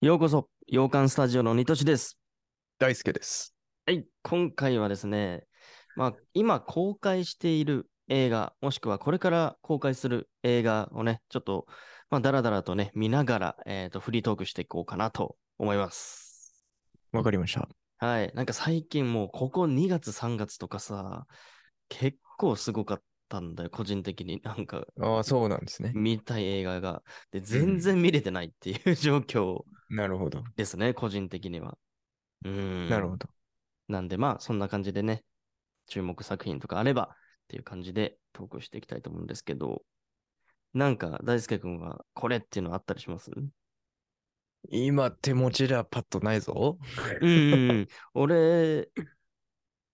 ようこそ、洋館スタジオのニトシです。大輔です。はい、今回はですね、まあ、今公開している映画、もしくはこれから公開する映画をね、ちょっと、まあ、だらだらとね、見ながら、えっ、と、フリートークしていこうかなと思います。わかりました。はい、なんか最近もう、ここ2月、3月とかさ、結構すごかったんだよ、個人的に。なんか、ああ、そうなんですね。見たい映画が。で、全然見れてないっていう 状況なるほど。ですね、個人的には。うーん。なるほど。なんでまあそんな感じでね、注目作品とかあればっていう感じで投稿していきたいと思うんですけど、なんか大輔くんはこれっていうのあったりします今、手持ちではパッとないぞ。うんうんうん。 俺、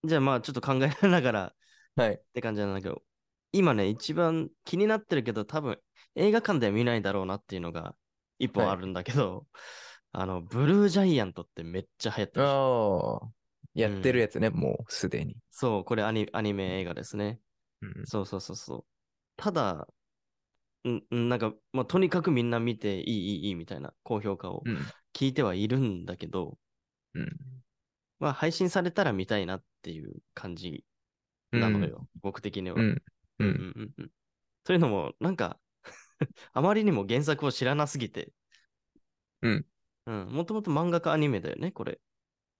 じゃあまあちょっと考えながら はいっ。て感じなんだけど、今ね、一番気になってるけど多分映画館では見ないだろうなっていうのが一本はいあるんだけど、あの、ブルージャイアントってめっちゃ流行ってるでしょ。ああ。やってるやつね、もうすでに。そう、これアニアニメ映画ですね。うんそうそうそうそう。ただ、んんなんか、まあ、とにかくみんな見ていいいいいいみたいな高評価をうん。聞いてはいるんだけど、うん。まあ配信されたら見たいなっていう感じうんなの。よ、僕的には。うん。う。うんうんんうんというのも、なんか、 あまりにも原作を知らなすぎて、うん。うん、もともと漫画かアニメだよね、これ。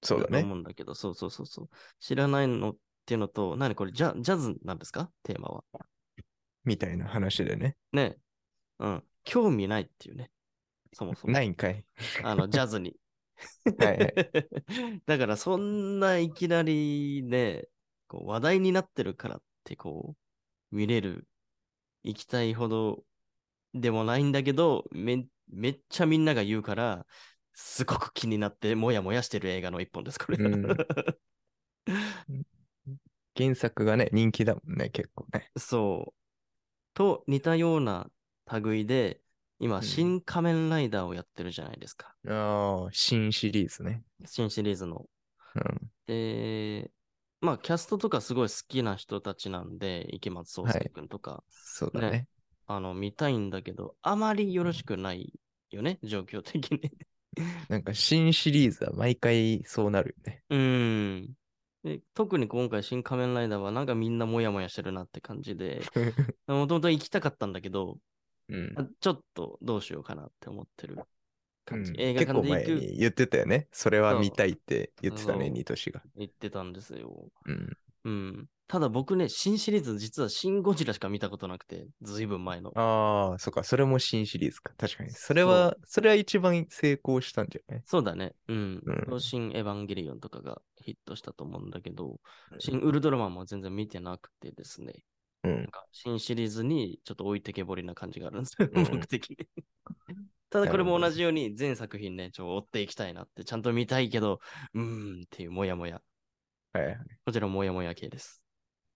そうだとね思。うんだけど、そうそうそうそう。知らないのっていうのと、何これ、ジャジャズなんですかテーマは。みたいな話でね。ねうん。興味ないっていうね。そもそも。ないん かい。あの、ジャズに。 はいはい。だから、そんないきなりね、こう話題になってるからって、こう、見れる、行きたいほどでもないんだけど、め、めっちゃみんなが言うから、すごく気になって、もやもやしてる映画の一本です、これ。 うん原作がね、人気だもんね、結構ね。 そう。と似たような類で、今、ん新仮面ライダーをやってるじゃないですか。ああ、新シリーズね。新シリーズの。うん。で、まあ、キャストとかすごい好きな人たちなんで、池松壮亮君とか、そうだねね。あの、見たいんだけど、あまりよろしくないよね、状況的 に。なんか新シリーズは毎回そうなるよね。うん。で特に今回、新仮面ライダーはなんかみんなモヤモヤしてるなって感じで、もともと行きたかったんだけど、 うん。あちょっとどうしようかなって思ってる感じ。うん映画館で行結構前くに言ってたよね。それはそう見たいって言ってたそね、うニトシが。言ってたんですよ。うん。うん。ただ僕ね、新シリーズ、実は新ゴジラしか見たことなくて、ずいぶん前の。ああ、そっか、それも新シリーズか。確かに。そうそれは、それは一番成功したんじゃないそうだね。うんうん。超新エヴァンゲリオンとかがヒットしたと思うんだけど、うん新ウルトラマンも全然見てなくてですね。うなんん。か新シリーズにちょっと置いてけぼりな感じがあるんですよ、うん僕的に。 ただこれもな同るほどじように全作品ね、ちょっと追っていきたいなって、ちゃんと見たいけど、うーんっていうモヤモヤ。はいはい。こちらモヤモヤ系です。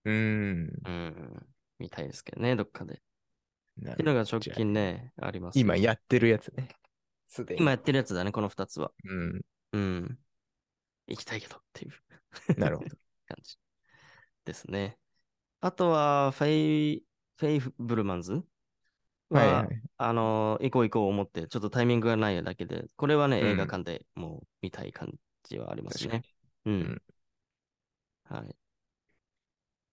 うん。うん。みたいですけどね、どっかで。っなるていうのが直近ね、あります。今やってるやつね。すでに。今やってるやつだね、この2つは。うん。うん。行きたいけどっていうな るほど。感じですね。あとは、フェイ、フェイブルマンズはいはい。あのー行こう行こう思って、ちょっとタイミングがないだけで、これはね、うん映画館でもう見たい感じはありますね。うん。はい。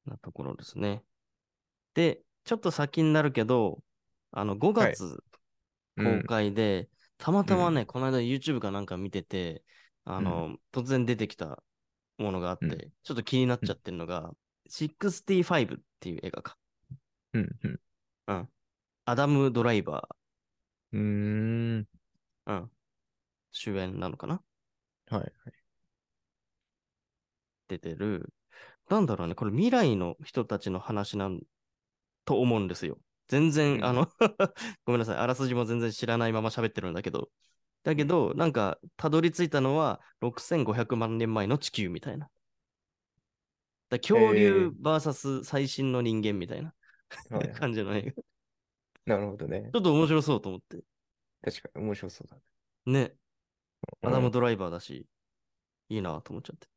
なところですね。で、ちょっと先になるけど、あの、5はい月う公ん開で、たまたまね、この間 YouTube かなんか見てて、あの、突然出てきたものがあって、うんちょっと気になっちゃってるのが、65っていう映画か。うん。うんアダム・ドライバうーん。ー、うん、主演なのかなはいはい。出てる。なんだろうね、これ未来の人たちの話なんと思うんですよ。全然、うんあの、 ごめんなさい、あらすじも全然知らないまま喋ってるんだけど。だけど、なんか、たどり着いたのは6500万年前の地球みたいな。だ恐竜 VS 最新の人間みたいなはいはい 感じの映画。ちなるほどね。ょっと面白そうと思って。確かに面白そうだね。ね、アダうムんドライバーだし、いいなと思っちゃって。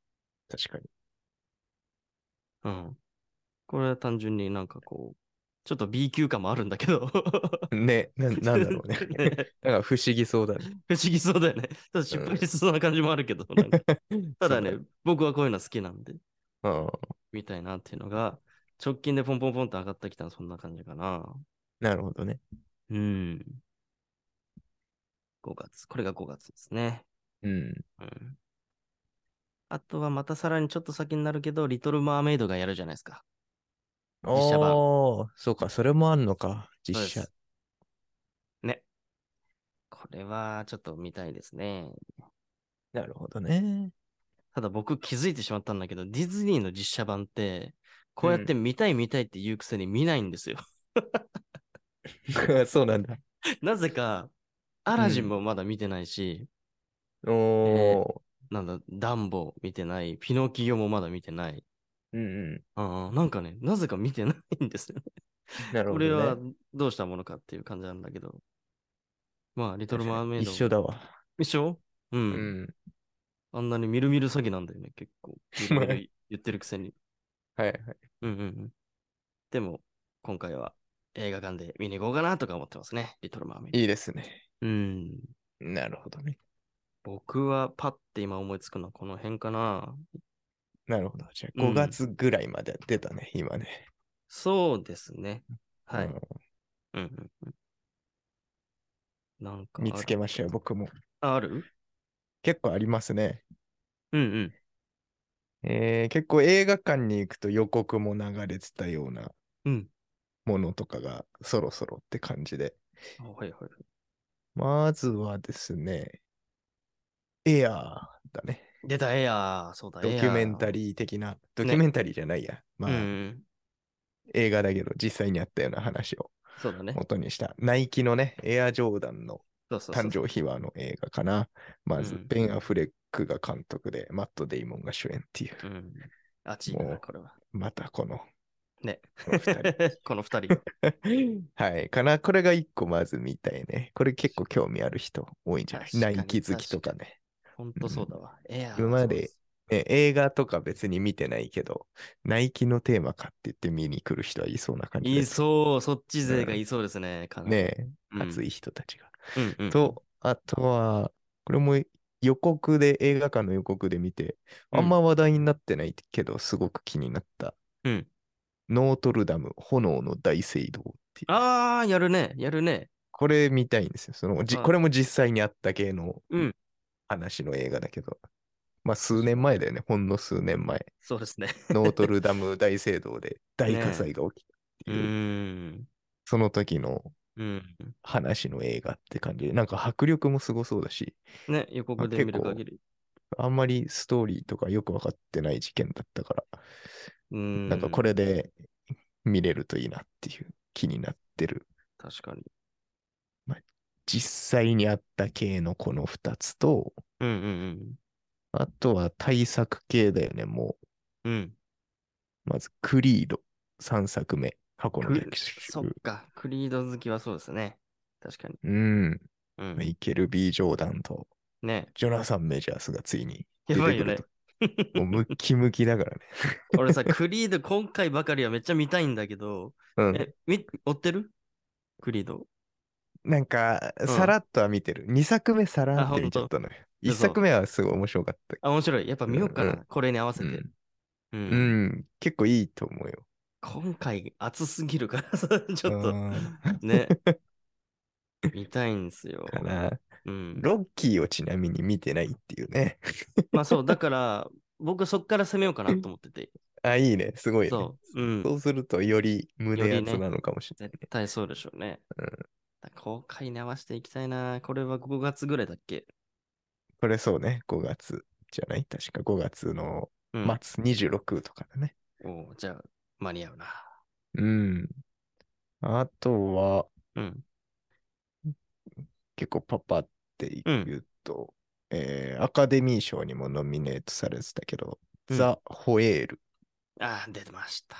確かに。うん。これは単純になんかこう、ちょっと B 級感もあるんだけど。ね、ななんだろ うね。なんか不思議そうだね。不思議そうだよね。ただ失敗しそうな感じもあるけど、 なんかただねそう、僕はこういうの好きなんで、うん。みたいなっていうのが、直近でポンポンポンと上がってきたのそんな感じかな。なるほどね。うん。5月。これが5月ですね。うん。うん。あとはまたさらにちょっと先になるけど、リトル・マーメイドがやるじゃないですか。あ実写版あ、そうか、それもあんのか、実そうで写す。。ね。これはちょっと見たいですね。なるほどね。ただ僕気づいてしまったんだけど、ディズニーの実写版って、こうやって見たい見たいって言うくせに見ないんです よ。 そうなんだ。なぜか、アラジンもまだ見てないし、おお、なんだ、ダンボ見てない、ピノキオもまだ見てない。うんうああ、なんかね、なぜか見てないんですよね。ん。なるこほれどはね。どうしたものかっていう感じなんだけど。まあ、リトル・確マーかにメイド。一緒だわ。一緒う。うんん。あんなにみるみる詐欺なんだよね、結構。みるみる言ってるくせに。はいはい。うんうんうん。でも、今回は映画館で見に行こうかなとか思ってますね、リトル・マーメイド。いいですね。うん。なるほどね。僕はパッて今思いつくのはこの辺かな。なるほど。じゃあ、うん5月ぐらいまで出たね、今ね。そうですね。はい。うんうんうんうん。なんかある見つけましたよ、僕も。ある結構ありますね。うんうん。えー、結構映画館に行くと予告も流れてたようなうんものとかがそろそろって感じで。あはいはい。まずはですね、エアーだね。出た、エアー。そうだ、ドキュメンタリリー的な、ドキュメンタリーじゃないや。まあ、うんうん。映画だけど実際にあったような話をそうだね。元にした、ナイキのね、エアジョーダンのそうそうそう誕生秘話の映画かな。まずうん、ベン・アフレックが監督で、マット・デイモンが主演っていう、うん。あっち行くもな、うこれは。 またこの、ね。この二人 この二人。はい。かな。これが一個まず見たいね。これ結構興味ある人多いんじゃない確かナにイキ好きとかね。ほんとそうだわ。エアー。今までね映画とか別に見てないけど、ナイキのテーマかって言って見に来る人はいそうな感じいです。そう、そっち勢がいそうですね。かなりねえ、うん熱い人たちが。うんうん、と、あとは、これも予告で、映画館の予告で見て、あんま話題になってないけど、すごく気になった。うんノートルダム、炎の大聖堂っていう。ああ、やるね、やるね。これ見たいんですよ。そのじはいこれも実際にあった系のうん話の映画だけど、まあ数年前だよね、ほんの数年前。そうですね。ノートルダム大 聖堂で大火災が起きたってういう、ーん。その時のうん。話の映画って感じで、なんか迫力もすごそうだし、ね、予告で見る限り。あんまりストーリーとかよく分かってない事件だったから、うーん。なんかこれで見れるといいなっていう気になってる。確かに。実際にあった系のこの2つと、うんうんあとは対策系だよね、もう。うん。うん。まず、クリード3作目、過去のクリ歴史。そっか。クリード好きはそうですね。確かに。うん。うマん。イケル・ B ・ジョーダンとね。ジョナサン・メジャースがついに出やばてくいよねると。 もうムッキムキだからね。俺さ、クリード今回ばかりはめっちゃ見たいんだけど、うん。え、み、追ってるクリード。なんか、んさらっとは見てる。2作目さらあっほんとと見ちゃったのよ。で1作目はすごい面白かった。あ、面白い。やっぱ見ようかうんな。これに合わせうてん。、う。うんん、結構いいと思うよ。今回熱すぎるから さ、ちょっうと。ん ね。見たいんですよ。かな。うん。ロッキーをちなみに見てないっていうね。 まあそう、だから、僕そっから攻めようかなと思ってて。あ、いいね。すごいね。そ。そううん。うすると、より胸より熱ねなのかもしれない絶。対そうでしょうね。うんだから公開に合わせていきたいな。これは5月ぐらいだっけ、これそうね、5月じゃない確か5月のうん、末26とかだね。おうじゃあ、間に合うな。うん。あとは、うん。結構パパって言うと、えーアカデミー賞にもノミネートされてたけど、うんザ・ホエール、ああ、出てました。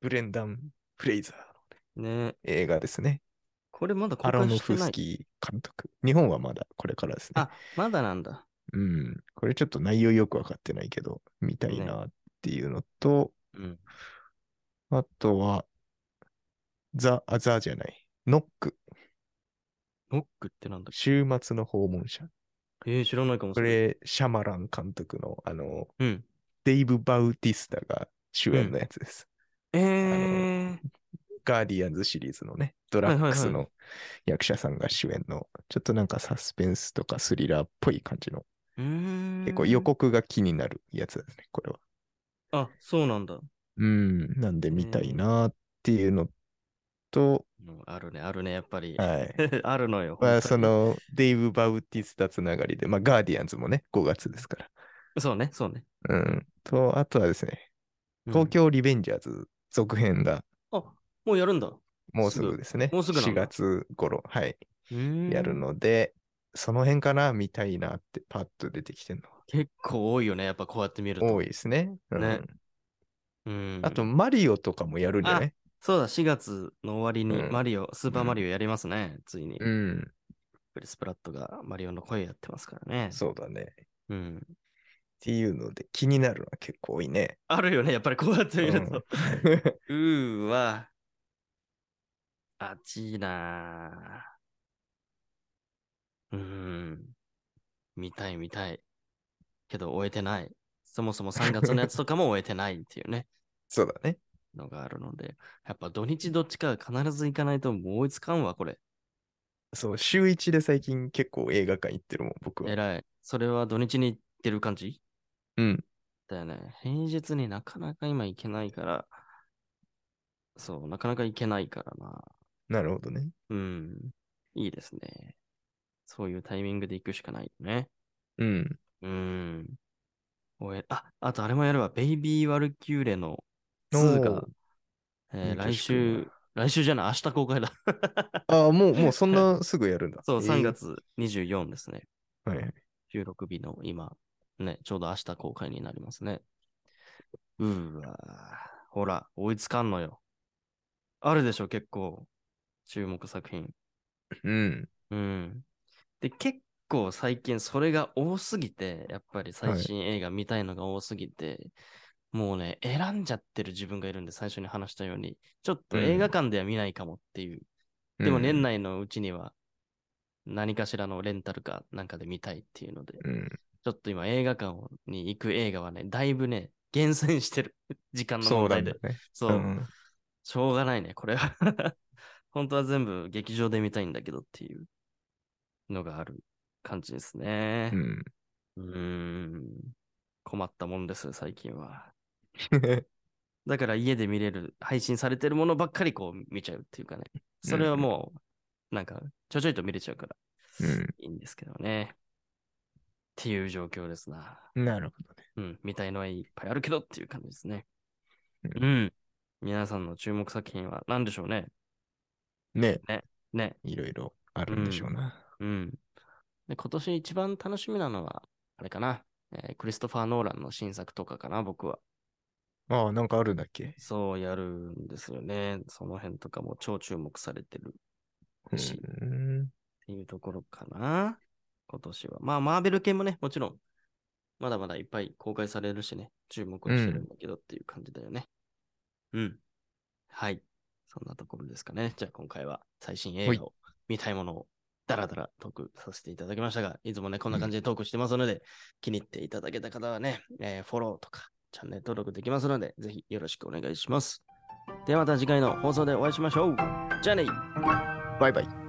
ブレンダン・フレイザーのね映画ですね。これまだ公アロ開ノしてフなスい。キー監督。日本はまだこれからですねあ。、まだなんだ。うん。これちょっと内容よくわかってないけど、見たいなっていうのと、うん。あとは、ザ、あ、ザじゃない。ノック、ノックってなんだっ週末の訪問者。けえー、知らないかもしこれない。れ、シャマラン監督の、あの、うん。デイブ・バウティスタが主演のやつです。えー、ガーディアンズシリーズのね、ドラッグスはいはいはの役者さんが主演の、ちょっとなんかサスペンスとかスリラーっぽい感じの、うーん。結構予告が気になるやつですね、これは。あ、そうなんだ。うん、なんで見たいなっていうのと、うんあるね、あるね、やっぱり。はい。 あるのよ。まあ、本当そにの、デイブ・バウティスタつながりで、まあ、ガーディアンズもね、5月ですかそうね、そうね。ら。うん。と、あとはですね、うん東京リベンジャーズ続編が、あ、もうやるんだ。もうすぐですね。もうすぐなんだ4月頃、はい、ややる。ので、その辺かな、見たいなって、パッと出てきてるのは結構多いよね、やっぱこうやって見ると。多いですね。うんねうん。あと、マリオとかもやるんじゃないそうだ、4月の終わりにうんマリオ、スーパーマリオやりますね、ついに。クうん、リス・プラットがマリオの声やってますからね。そうだね。っうん。ていうので、気になるのは結構多いね。あるよね、やっぱりこうやって見るうんと。 うーわ。あちいなー。うーん。見たい見たい。けど終えてない。そもそも3月のやつとかも終えてないっていうね、そうだね。のがあるので。やっぱ土日どっちか必ず行かないともう追いつかんわ、これ。そう、週一で最近結構映画館行ってるもん、僕えは。らい。それは土日に行ってる感じうん。だよね。平日になかなか今行けないから、そう、なかなか行けないからな。なるほどね。うん。いいですね。そういうタイミングで行くしかないよね。うん。うん。おえあ、あとあれもやるわ。ベイビー・ワルキューレの2おがー、えーい来い年くんだ週、来週じゃない、明日公開だ。 ああ、もう、もうそんなすぐやるんだ。そう、えー3。月24ですね。はいはい。収録日の今、ね、ちょうど明日公開になりますね。うーわーほら、追いつかんのよ。あるでしょ、結構。注目作品。うん。うん。で、結構最近それが多すぎて、やっぱり最新映画見たいのが多すぎて、もうね、選んじゃってる自分がいるんで、最初に話したように、ちょっとうん映画館では見ないかもっていう。でも年内内。のうちには、何かしらのレンタルかなんかで見たいっていうので、うん。ちょっと今映画館に行く映画はね、だいぶね、厳選してる。時間のそ問うな題んだで。ね。そう。ん。しょうがないね、これは。 本当は全部劇場で見たいんだけどっていうのがある感じですねう。ん。うーん。困ったもんです、最近は。だから家で見れる、配信されてるものばっかりこう見ちゃうっていうかね。それはもう、なんか、ちょちょいと見れちゃうからいいんですけどね。っていう状況ですな。うん。 なるほどね。うん、見たいのはいっぱいあるけどっていう感じですね。ううん。皆さんの注目作品は何でしょうね。ね、ね。いろいろあるんでしょうな。うん。で、今年一番楽しみなのは、あれかな、えークリストファー・ノーランの新作とかかな、僕は。ああ、なんかあるんだっけそうやるんですよね。その辺とかも超注目されてるうしん。っていうところかな。今年は。まあ、マーベル系もね、もちろん、まだまだいっぱい公開されるしね、注目はしてるんだけどっていう感じだよね。うん。はい。そんなところですかね。じゃあ今回は最新映はい画を、見たいものをダラダラトークさせていただきましたが、いつもね、こんな感じでトークしてますので、気に入っていただけた方はね、えーフォローとかチャンネル登録できますので、ぜひよろしくお願いします。ではまた次回の放送でお会いしましょう。じゃあねバイバイ。